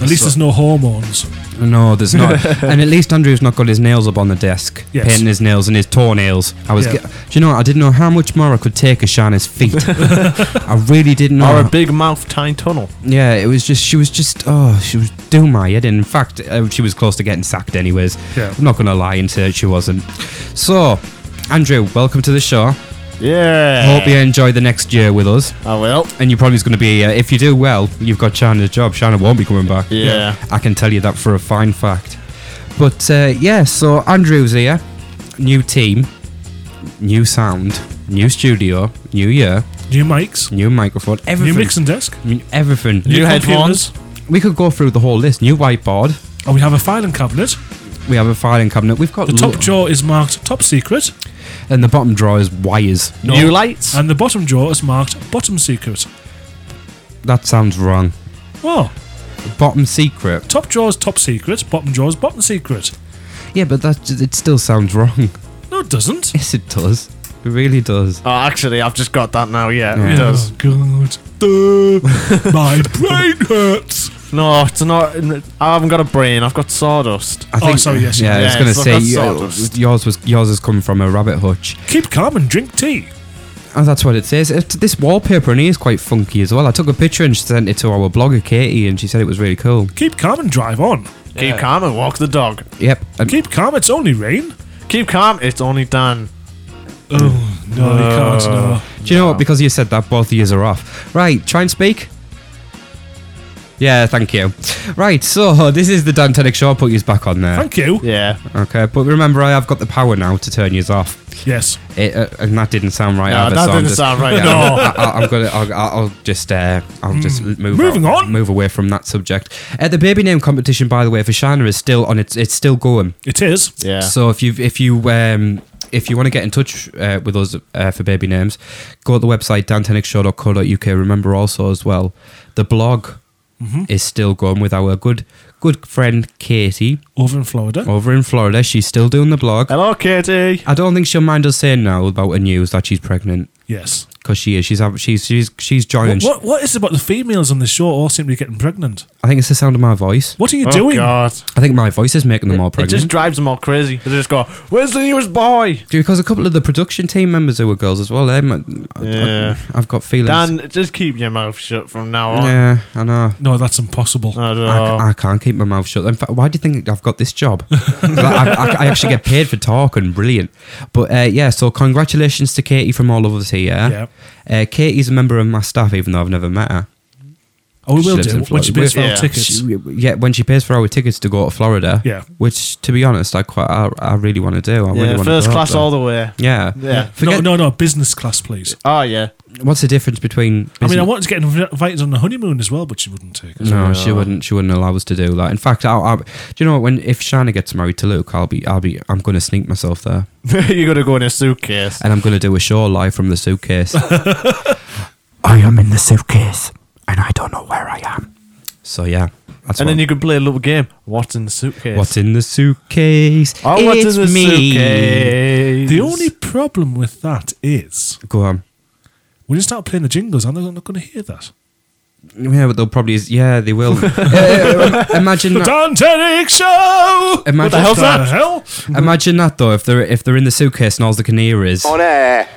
S4: At least there's no hormones.
S2: No, there's not. and at least Andrew's not got his nails up on the desk,
S4: Yes.
S2: painting his nails and his toenails. I was,
S4: Yeah.
S2: ge- do you know, what? I didn't know how much more I could take of Shana's feet. I really didn't know.
S7: Or a big mouth tiny tunnel.
S2: yeah, it was just she was just oh she was doing my head in. In fact, uh, she was close to getting sacked, anyways.
S4: Yeah.
S2: I'm not gonna lie and say she wasn't. So, Andrew, welcome to the show.
S7: Yeah.
S2: Hope you enjoy the next year with us.
S7: I will.
S2: And you're probably going to be, uh, if you do well, you've got Shana's job. Shana won't be coming back.
S7: Yeah.
S2: I can tell you that for a fine fact. But uh, yeah, so Andrew's here. New team, new sound, new studio, new year,
S4: New mics.
S2: new microphone, everything.
S4: New mixing desk.
S2: I mean, everything.
S4: computers.
S7: New headphones.
S2: we could go through the whole list. New whiteboard.
S4: And we have a filing cabinet.
S2: We have a filing cabinet. We've got
S4: The top
S2: lo-
S4: drawer is marked top secret.
S2: and the bottom drawer is wires.
S7: New lights.
S4: And the bottom drawer is marked bottom secret.
S2: That sounds wrong.
S4: Oh.
S2: Bottom secret.
S4: Top drawer is top secret. Bottom drawer is bottom secret.
S2: Yeah, but that it still sounds wrong.
S4: No, it doesn't.
S2: Yes, it does. It really does.
S7: Oh, actually, I've just got that now. Yeah, it
S4: Yeah.
S7: does.
S4: Oh, God. Duh. My brain hurts.
S7: No, it's not. I haven't got a brain. I've got sawdust.
S2: I
S4: Oh, sorry, yes,
S2: Yeah,
S7: yeah,
S2: I was
S7: it's
S2: gonna
S7: like
S2: say
S7: that
S2: you-
S7: sawdust.
S2: yours was yours has come from a rabbit hutch.
S4: Keep calm and drink tea.
S2: Oh, that's what it says. It, this wallpaper in here is quite funky as well. I took a picture and sent it to our blogger Katie, and she said it was really cool.
S4: Keep calm and drive on.
S7: Keep calm and walk the dog.
S2: Yep. And
S4: Keep calm, it's only rain.
S7: Keep calm. It's only Dan.
S4: Oh, no, you can't, no.
S2: do you know what? Because you said that, both of yous are off. Right, try and speak. Yeah, thank you. Right, so this is the Dan Tenick show. I'll put yous back on there.
S4: Thank you.
S7: Yeah.
S2: Okay, but remember, I have got the power now to turn yous off.
S4: Yes.
S2: It, uh, and that didn't sound right.
S7: No,
S2: either,
S7: that
S2: so I'm
S7: didn't
S2: just-
S7: sound right.
S2: Yeah,
S7: No.
S2: I, I, I'm gonna. I'll, I'll just. Uh, I'll just
S7: Hmm.
S2: move.
S4: Moving
S2: out-
S4: on.
S2: Move away from that subject. Uh, the baby name competition, by the way, for Shana is still on. It's it's still going.
S4: It is.
S7: Yeah.
S2: So if you if you um if you want to get in touch uh, with us uh, for baby names, go to the website dantenickshow.co.uk. Remember also as well, the blog
S7: Mm-hmm.
S2: is still going with our good good friend Katie
S4: Over in Florida.
S2: over in Florida. She's still doing the blog.
S7: Hello, Katie.
S2: I don't think she'll mind us saying now about her news that she's pregnant.
S4: Yes.
S2: because she is. She's hav- she's she's she's
S4: What,
S2: joining.
S4: what, what is it about the females on this show all seem to be getting pregnant?
S2: I think it's the sound of my voice.
S4: What are you
S7: Oh,
S4: doing?
S7: God.
S2: I think my voice is making them all
S7: It
S2: pregnant.
S7: just drives them all crazy. They just go, "Where's the newest boy?"
S2: because a couple of the production team members who were girls as well. They, might- I,
S7: Yeah.
S2: I, have got feelings.
S7: Dan, just keep your mouth shut from now on.
S2: yeah, I know.
S4: No, that's impossible.
S7: I don't
S2: I,
S7: know.
S2: I can't keep my mouth shut. In fact, why do you think I've got this job? Like, I, I, I actually get paid for talking. Brilliant. But uh, yeah, so congratulations to Katie from all of us here. Uh, Katie's a member of my staff, even though I've never met her.
S4: oh, we
S2: She
S4: will
S2: lives
S4: do
S2: in
S4: when she
S2: Florida.
S4: pays for our
S7: Yeah.
S4: tickets.
S2: She- yeah, when she pays for our tickets to go to Florida.
S4: Yeah.
S2: Which, to be honest, I quite, I, I really want to do. I
S7: yeah,
S2: really want
S7: first
S2: to
S7: class all the way.
S2: Yeah.
S7: Yeah.
S2: Forget,
S4: no, no, no, business class, please.
S7: Oh yeah.
S2: What's the difference between?
S4: I mean, I
S2: business-
S4: wanted to get inv- invited on the honeymoon as well, but she wouldn't take us.
S2: No, she wouldn't. She wouldn't allow us to do that. In fact, I'll, I'll, do you know what, when if Shana gets married to Luke, I'll be, I'll be, I'm going to sneak myself there,
S7: you gotta go in a suitcase.
S2: and I'm going to do a show live from the suitcase. I am in the suitcase, and I don't know where I am. So yeah, that's
S7: And
S2: what-
S7: then you can play a little game. What's in the suitcase?
S2: What's in the suitcase?
S7: Oh, what's
S2: It's
S7: in the
S2: me.
S7: suitcase?
S4: The only problem with that is
S2: Go on.
S4: when you start playing the jingles, I'm not going to hear that.
S2: Yeah, but they'll probably. Yeah, they will. Uh, imagine that.
S4: Dantenic Show!
S2: Imagine- What the hell's
S4: What the
S2: that?
S4: hell?
S2: Imagine that though. If they're if they're in the suitcase and all they can hear is.
S1: On air.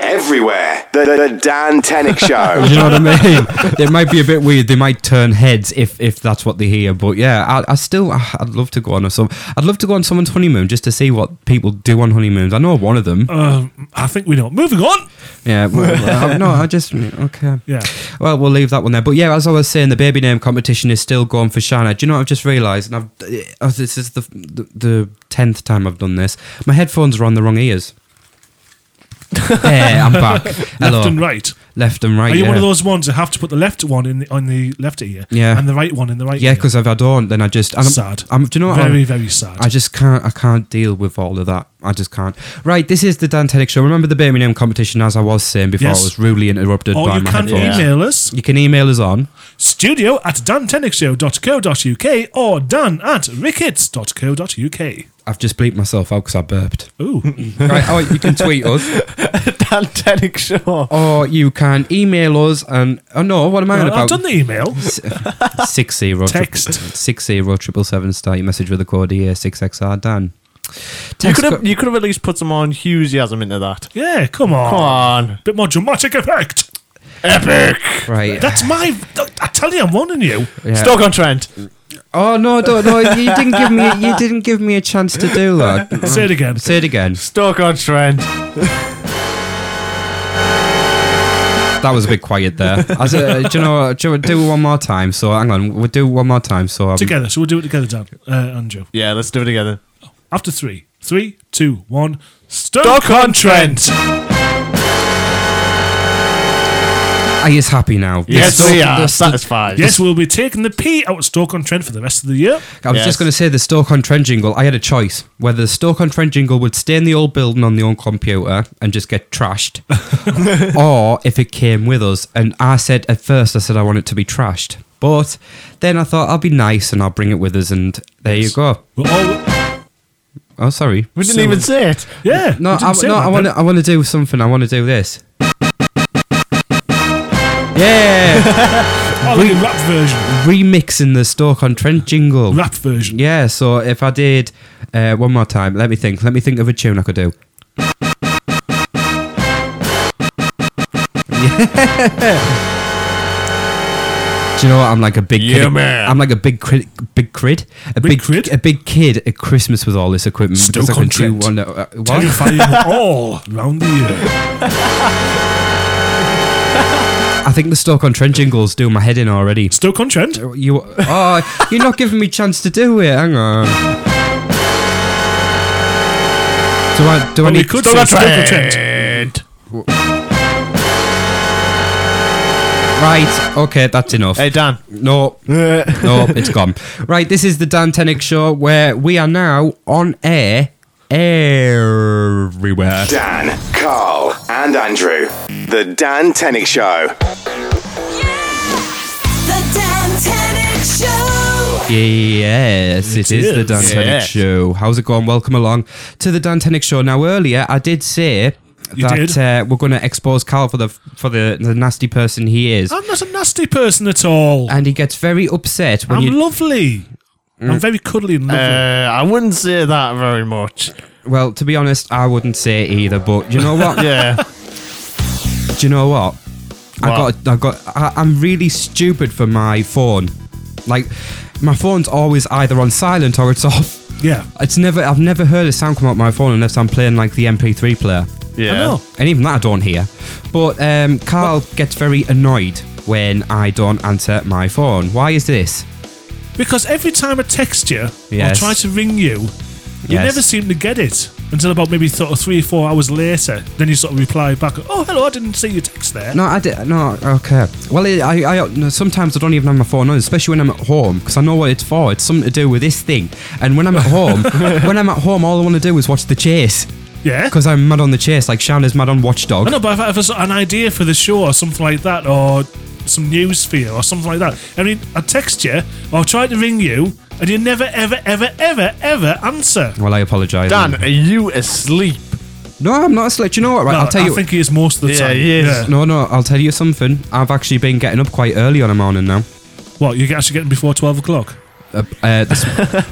S1: Everywhere. The, the, the Dan Tenick
S2: Do
S1: Show.
S2: you know what I mean? it might be a bit weird. They might turn heads if if that's what they hear. But yeah, I, I still I'd love to go on a some. I'd love to go on someone's honeymoon just to see what people do on honeymoons. I know one of them.
S4: Um, I think we know. Moving on!
S2: yeah. Well, I- no, I just okay.
S4: Yeah.
S2: Well, we'll leave that one there. But yeah, as I was saying, the baby name competition is still going for Shana. Do you know what I've just realised? And I've oh, this is the the the tenth time I've done this. My headphones are on the wrong ears. hey, I'm back. Hello.
S4: Left and right.
S2: Left and right.
S4: Are you
S2: yeah.
S4: one of those ones that have to put the left one in the, on the left ear
S2: Yeah.
S4: and the right one in the right
S2: Yeah,
S4: ear?
S2: because if I don't, then I just and I'm,
S4: Sad.
S2: I'm, do you know what?
S4: Very,
S2: I'm-
S4: very sad.
S2: I just can't. I can't deal with all of that. I just can't. Right, this is the Dan Teddick show. Remember the Birmingham competition, as I was saying before,
S4: Yes.
S2: I was rudely interrupted
S4: or
S2: by
S4: you
S2: my
S4: can
S2: headphones.
S4: email us
S2: You can email us on.
S4: studio at dantenicshow.co.uk or dan at rickets.co.uk.
S2: I've just bleeped myself out because I burped.
S4: Ooh.
S2: right, oh, you can tweet us,
S7: Dan Tenick Show.
S2: or you can email us, and oh no, what am I on
S4: Well,
S2: about?
S4: I've done the email.
S2: six zero
S4: Text.
S2: six zero triple seven. Start your message with the code EA six XR Dan.
S7: You
S2: Text
S7: could
S2: co-
S7: have you could have at least put some more enthusiasm into that.
S4: Yeah, come on.
S7: Come on.
S4: Bit more dramatic effect.
S2: right.
S4: That's my. I tell you, I'm warning you.
S2: yeah.
S7: Stoke on Trent.
S2: Oh no, don't no! You didn't give me. You didn't give me a chance to do that.
S4: Say it again.
S2: Say it again.
S7: Stoke on Trent.
S2: That was a bit quiet there. As a, do you know? Do, do it one more time. So hang on, we'll do it one more time. So um,
S4: Together. So we'll do it together, Dan uh, and Joe.
S7: Yeah, let's do it together.
S4: After three. Three, two, one.
S7: Stoke on Trent.
S2: are you happy now?
S7: Yes,
S2: The
S7: we
S2: Stoke-
S7: are
S2: the Stoke-
S7: satisfied.
S4: Yes, we'll be taking the P out of Stoke on Trent for the rest of the year.
S2: I was
S7: Yes.
S2: just going to say the Stoke on Trent jingle. I had a choice whether the Stoke on Trent jingle would stay in the old building on the own computer and just get trashed, or if it came with us. And I said at first, I said I want it to be trashed, but then I thought I'll be nice and I'll bring it with us. And there you go.
S4: We're all,
S2: Oh, sorry.
S7: We didn't even say it.
S4: yeah.
S2: No,
S4: we didn't
S2: I,
S4: say
S2: no,
S4: that,
S2: I
S4: Ben.
S2: want to. I want to do something. I want to do this. Yeah,
S4: Oh, like a rap version.
S2: remixing the Stoke on Trent jingle.
S4: Rap version.
S2: Yeah, so if I did uh, one more time, let me think. Let me think of a tune I could do. Yeah. Do you know what? I'm like a big
S7: Yeah,
S2: kid.
S7: man.
S2: I'm like a big cri- big crid, a
S4: Big
S2: big,
S4: crid?
S2: a big kid at Christmas with all this equipment. because
S4: Stoke
S2: I could
S4: on
S2: do
S4: Trent.
S2: one, uh, what?
S4: Terrifying all round the year.
S2: I think the Stoke on Trent jingle's doing my head in already.
S4: Stoke on Trent.
S2: You, oh, you're not giving me chance to do it. Hang on. Do I? Do I
S4: Well, we
S2: need?
S4: could
S7: Stoke
S4: say
S7: on
S4: Stoke on
S7: Trent.
S4: Trent.
S2: Right. Okay, that's enough.
S7: Hey Dan.
S2: No, no, it's gone. Right, this is the Dan Tenick Show where we are now on air everywhere.
S1: Dan, Carl, and Andrew. The Dan Tenick Show.
S5: The Dan Tenick Show.
S2: Yes, it is, the Dan
S7: is.
S2: Tenick
S7: Yes.
S2: Show. How's it going? Welcome along to the Dan Tenick Show. Now, earlier I did say
S4: You
S2: that
S4: did?
S2: uh, we're going to expose Cal for the for the, the nasty person he is,
S4: I'm not a nasty person at all.
S2: and he gets very upset when
S4: I'm
S2: you. Mm.
S4: lovely. I'm very cuddly and lovely.
S7: Uh, I wouldn't say that very much.
S2: well, to be honest, I wouldn't say either, but you know what?
S7: Yeah.
S2: Do you know what? I
S7: What?
S2: got I got I, I'm really stupid for my phone. Like my phone's always either on silent or it's off.
S4: yeah.
S2: It's never I've never heard a sound come out my phone unless I'm playing like the MP3 player.
S7: Yeah.
S4: I know.
S2: And even that I don't hear. But um, Carl gets very annoyed when I don't answer my phone. Why is this?
S4: Because every time I text you or
S2: Yes.
S4: try to ring you, you
S2: Yes.
S4: never seem to get it until about maybe sort of three or four hours later. Then you sort of reply back, "Oh, hello, I didn't see your text there."
S2: No, I did. No, okay. Well, it, I, I no, sometimes I don't even have my phone on, especially when I'm at home, because I know what it's for. It's something to do with this thing. And when I'm at home, when I'm at home, all I want to do is watch the chase,
S4: Yeah.
S2: because I'm mad on the chase, like Shana's mad on
S4: I
S2: Watchdog.
S4: know, but if I have a- an idea for the show or something like that, or some news for you or something like that, I mean, I text you or try to ring you, and you never, ever, ever, ever, ever answer.
S2: Well, I apologise.
S7: Dan, are you asleep?
S2: no, I'm not asleep. Do You know what? Right,
S4: No,
S2: I'll tell
S4: I
S2: you.
S4: think he is most of the
S7: Yeah,
S4: time.
S7: he is.
S2: no, no, I'll tell you something. I've actually been getting up quite early on a morning now.
S4: What you actually getting before twelve o'clock?
S2: Uh, uh, this,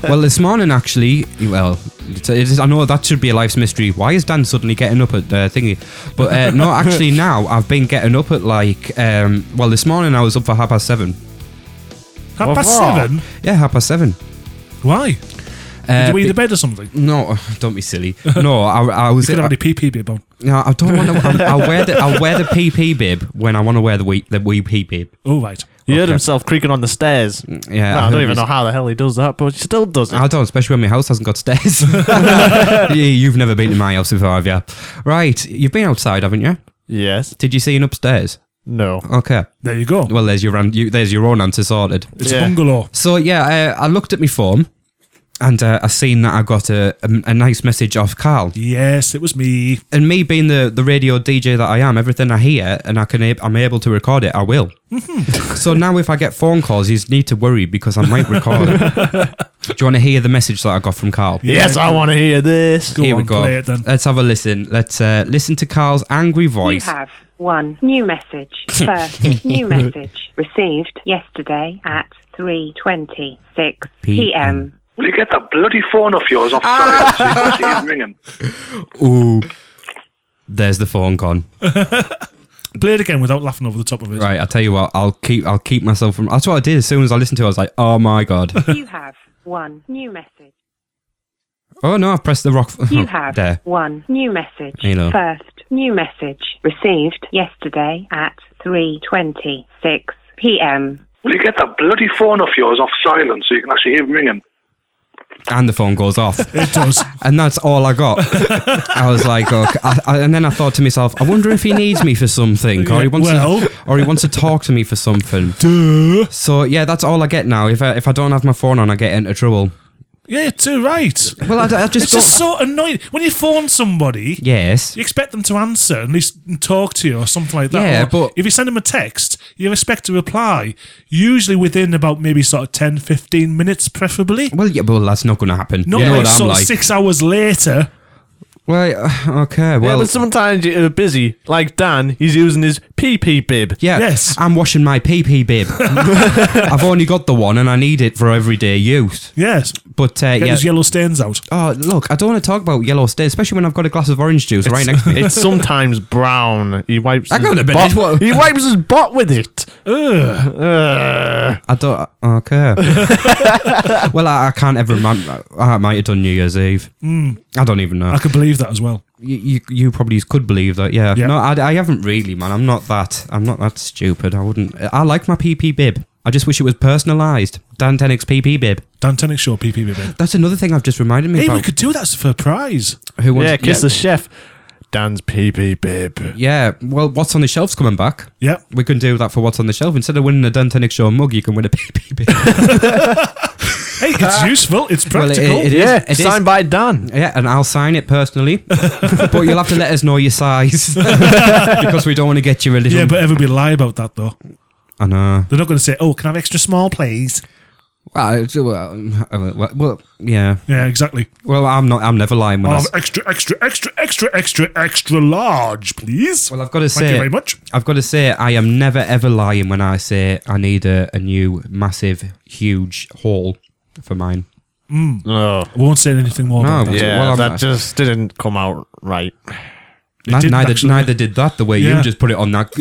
S2: well, this morning actually. Well, it's, it is, I know that should be a life's mystery. Why is Dan suddenly getting up at uh, thingy? But uh, no, actually now I've been getting up at like. Um, well, this morning I was up for half past seven.
S4: Half past
S7: what?
S4: seven.
S2: Yeah, half past seven.
S4: Why?
S2: Uh,
S4: Did we eat
S2: be-
S4: the bed or something? You
S2: no, don't be silly. No, I, I was.
S4: could have
S2: I,
S4: had a PP bib on.
S2: no, I don't want to. I, I wear the I wear the PP bib when I want to wear the wee the wee pee bib.
S4: All Oh, right.
S7: He heard
S2: Okay.
S7: himself creaking on the stairs.
S2: yeah, I
S7: No, I,
S2: heard
S7: don't even
S2: his-
S7: know how the hell he does that, but he still does it.
S2: I don't, especially when my house hasn't got stairs. yeah, you've never been to my house before, have you? Right, you've been outside, haven't you?
S7: yes.
S2: Did you see an upstairs?
S7: No.
S2: Okay.
S4: There you go.
S2: Well, there's your an- you, there's your own answer sorted.
S4: It's
S7: Yeah.
S4: bungalow.
S2: So yeah, I, I looked at my phone, and uh, I seen that I got a, a a nice message off Carl.
S4: Yes, it was me.
S2: And me being the, the radio DJ that I am, everything I hear and I can ab- I'm able to record it, I will.
S4: Mm-hmm.
S2: so now if I get phone calls, you need to worry because I might record it. Do you want to hear the message that I got from Carl?
S7: Yes, I want to hear this.
S4: Go
S2: Here
S4: on,
S2: we go.
S4: play it then.
S2: Let's have a listen. Let's uh, listen to Carl's angry
S10: You
S2: voice.
S10: have one new message. First new message received yesterday at 3:26 p.m.
S8: You get that bloody phone off yours off silent so you can see him ringing.
S2: Ooh. There's the phone gone.
S4: Play it again without laughing over the top of it.
S2: Right, I tell you what, I'll keep I'll keep myself from that's what I did as soon as I listened to it, I was like, oh my god.
S10: You have one new message.
S2: oh no, I pressed the rock
S10: You have
S2: there.
S10: one new message.
S2: Hello.
S10: First new message received yesterday at 3:26 p.m.
S8: You get that bloody phone off yours off silent so you can actually hear him ringing.
S2: And the phone goes off.
S4: It does.
S2: and that's all I got. I was like, okay. I, I, and then I thought to myself, I wonder if he needs me for something, or he wants,
S4: Well.
S2: to, or he wants to talk to me for something. So yeah, that's all I get now. If I, if I don't have my phone on, I get into trouble.
S4: yeah, you're too right.
S2: Well, I, d- I just
S4: It's
S2: don't.
S4: just so annoying. When you phone somebody,
S2: yes.
S4: you expect them to answer and at least talk to you or something like that.
S2: Yeah,
S4: Or
S2: but-
S4: if you send them a text, you expect a reply, usually within about maybe sort of 10, 15 minutes, preferably.
S2: Well, yeah, well, that's not going to happen.
S4: Not
S2: you know
S4: like
S2: what I'm
S4: sort of
S2: like.
S4: six hours later.
S2: Well, uh, okay,
S7: yeah,
S2: well,
S7: but sometimes you're busy. Like Dan, he's using his PP bib.
S2: yeah,
S4: Yes.
S2: I'm washing my PP bib. I've only got the one, and I need it for everyday use.
S4: Yes.
S2: But uh,
S4: Get
S2: yeah.
S4: those yellow stains out.
S2: Oh look! I don't want to talk about yellow stains, especially when I've got a glass of orange juice right next to me.
S7: It's sometimes brown. He wipes.
S2: I
S7: his
S2: got a bit-
S7: butt-
S2: it's what-
S7: He wipes his butt with it. Uh,
S2: I don't. Okay. well, I, I can't ever remember. I might have done New Year's Eve. I don't even know.
S4: Hmm. I can believe that as well.
S2: you, you, you probably could believe that. Yeah.
S4: Yeah.
S2: No, I, I haven't really, man. I'm not that. I'm not that stupid. I wouldn't. I like my PP bib. I just wish it was personalised. Dan Tenick's PP bib.
S4: Dan Tenick Show, PPBB.
S2: That's another thing I've just reminded me
S4: Hey, we
S2: about.
S4: could do that for a prize.
S2: Who wants?
S7: Yeah, kiss the chef. Dan's PP bib.
S2: Yeah. Well, what's on the shelf's coming back.
S4: Yep.
S2: We can do that for what's on the shelf. Instead of winning a Dan Tenick show mug, you can win a PP bib.
S4: Hey, it's useful. It's
S2: Well, it-
S4: practical.
S2: it- it is-
S7: Yeah,
S2: it is-
S7: signed by Dan.
S2: Yeah, and I'll sign it personally. but you'll have to let us know your size because we don't want to get you a little.
S4: yeah, but everybody lie about that though.
S2: I know.
S4: They're not going to say, "Oh, can I have extra small, please?"
S2: Well, it's- well, um, well, well, yeah.
S4: Yeah, exactly.
S2: Well, I'm not. I'm never lying when I
S4: I'll
S2: s-
S4: have extra, extra, extra, extra, extra, extra large, please.
S2: Well, I've got to say,
S4: Thank you very much.
S2: I've got to say, I am never ever lying when I say I need a, a new massive, huge haul for mine. Oh,
S7: No.
S4: I won't say anything more about
S2: No,
S4: that.
S7: Yeah,
S2: well, I'm-
S7: that just didn't come out right.
S2: Uh, Ni-
S4: didn't
S2: neither,
S4: actually-
S2: neither did that. The way
S4: Yeah.
S2: you just put it on that.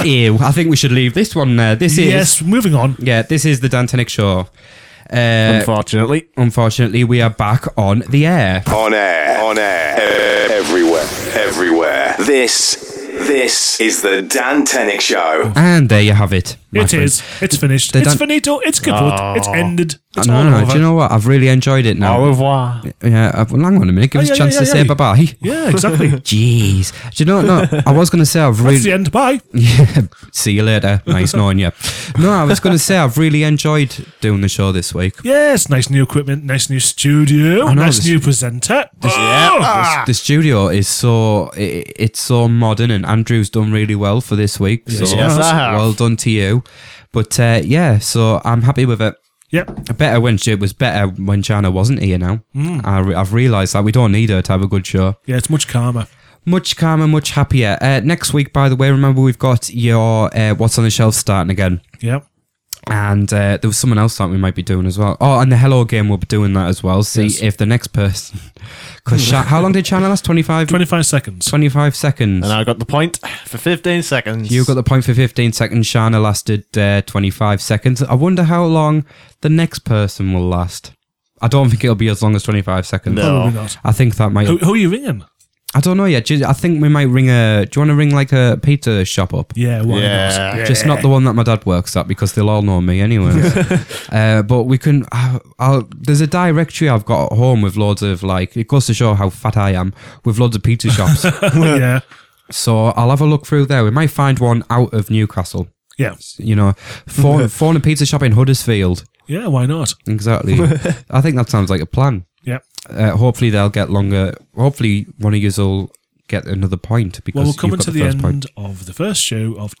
S2: Ew. I think we should leave this one there. This is
S4: Yes, moving on.
S2: yeah. This is the Dantenic Show. Uh,
S7: Unfortunately,
S2: unfortunately, we are back on the air.
S1: On air, on air, e- everywhere, everywhere. This, this is the Dan Tenick Show.
S2: And there you have it. my
S4: It
S2: friends.
S4: is. It's finished.
S2: They
S4: It's
S2: don't-
S4: finito. It's kaput. It's ended. It's
S2: no,
S4: all
S2: no,
S4: over.
S2: do you know what? I've really enjoyed it
S7: au
S2: now.
S7: revoir.
S2: yeah, I've, well, hang on a minute. Give
S4: Oh,
S2: us
S4: yeah,
S2: a chance
S4: yeah,
S2: to
S4: yeah,
S2: say
S4: yeah.
S2: bye bye.
S4: Yeah, exactly. That's
S2: Jeez. Do you know what? No, I was going to say I've
S4: the
S2: really.
S4: end. Bye.
S2: See you later. Nice knowing you. No, I was going to say I've really enjoyed doing the show this week.
S4: Yes, nice new equipment, nice new studio,
S2: know,
S4: nice
S2: this-
S4: new presenter.
S7: yeah,
S4: Ah!
S2: The studio is so it, it's so modern, and Andrew's done really well for this week. So
S7: Yes, I have.
S2: well done to you. But uh, yeah, so I'm happy with it.
S4: Yep.
S2: Better when she, it was better when China wasn't here. Now
S7: Hmm.
S2: I re- I've realised that we don't need her to have a good show.
S4: Yeah, it's much calmer.
S2: Much calmer, much happier. Uh, next week, by the way, remember we've got your uh, what's on the shelf starting again.
S4: Yep.
S2: And uh, there was someone else that we might be doing as well. Oh, and the Hello game, we'll be doing that as well. See if the next person. Because how long did China last? 25?
S4: 25 seconds.
S2: 25 seconds.
S7: And I got the point for 15 seconds.
S2: You got the point for 15 seconds. Shana lasted uh, 25 seconds. I wonder how long the next person will last. I don't think it'll be as long as 25 seconds.
S7: No.
S4: Probably not.
S2: I think that might.
S4: Who, who are you ringing?
S2: I don't know yet. Ju- I think we might ring a. Do you want to ring like a pizza shop up?
S4: Yeah, why
S7: Yeah.
S4: not?
S2: Just not the one that my dad works at because they'll all know me anyway. uh, but we can. I, I'll, there's a directory I've got at home with loads of like. It goes to show how fat I am with loads of pizza shops.
S4: Yeah. yeah.
S2: so I'll have a look through there. We might find one out of Newcastle.
S4: Yeah.
S2: You know, phone, phone a pizza shop in Huddersfield.
S4: Yeah, why not?
S2: Exactly. I think that sounds like a plan.
S4: Yeah.
S2: Uh, hopefully they'll get longer. Hopefully one of you will get another point because
S4: Well, we're
S2: you've
S4: coming
S2: got
S4: to
S2: the
S4: the,
S2: first
S4: end
S2: point.
S4: of the first show of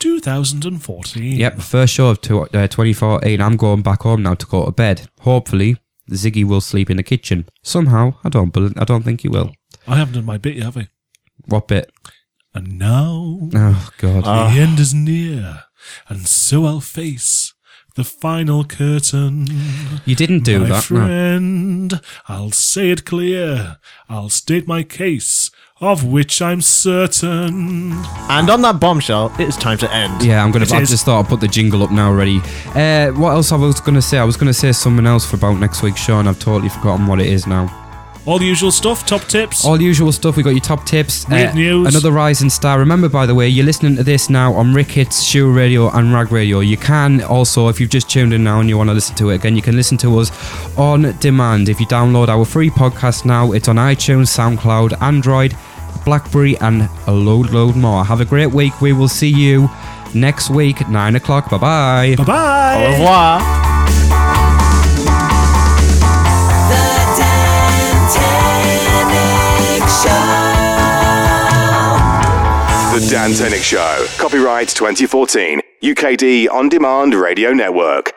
S4: 2014.
S2: Yep, first show of two, uh, 2014. I'm going back home now to go to bed. Hopefully, Ziggy will sleep in the kitchen. Somehow, I don't. bel I don't think he will.
S4: I haven't done my bit yet, have I?
S2: What bit?
S4: And now
S2: Oh God.
S4: the end is near, and so I'll face the final curtain.
S2: you didn't do
S4: my
S2: that. No.
S4: friend, I'll say it clear. I'll state my case, of which I'm certain.
S7: And on that bombshell, it is time to end.
S2: Yeah, I'm gonna.
S4: It
S2: I
S4: is.
S2: just thought I'd put the jingle up now already. Uh, what else I was gonna say? I was gonna say something else for about next week's show, and I've totally forgotten what it is now.
S4: All the usual stuff, top tips.
S2: All the usual stuff. We got your top tips. uh,
S4: Weird news.
S2: Another rising star. Remember, by the way, you're listening to this now on Rick Hits, Shoe Radio, and Rag Radio. You can also, if you've just tuned in now and you want to listen to it again, you can listen to us on demand. If you download our free podcast now, it's on iTunes, SoundCloud, Android, BlackBerry, and a load, load more. Have a great week. We will see you next week, nine o'clock. Bye bye.
S4: Bye bye.
S7: Au revoir.
S5: The Dan Tenick Show.
S1: The Dan Tenick Show. Copyright 2014. UKD On Demand Radio Network.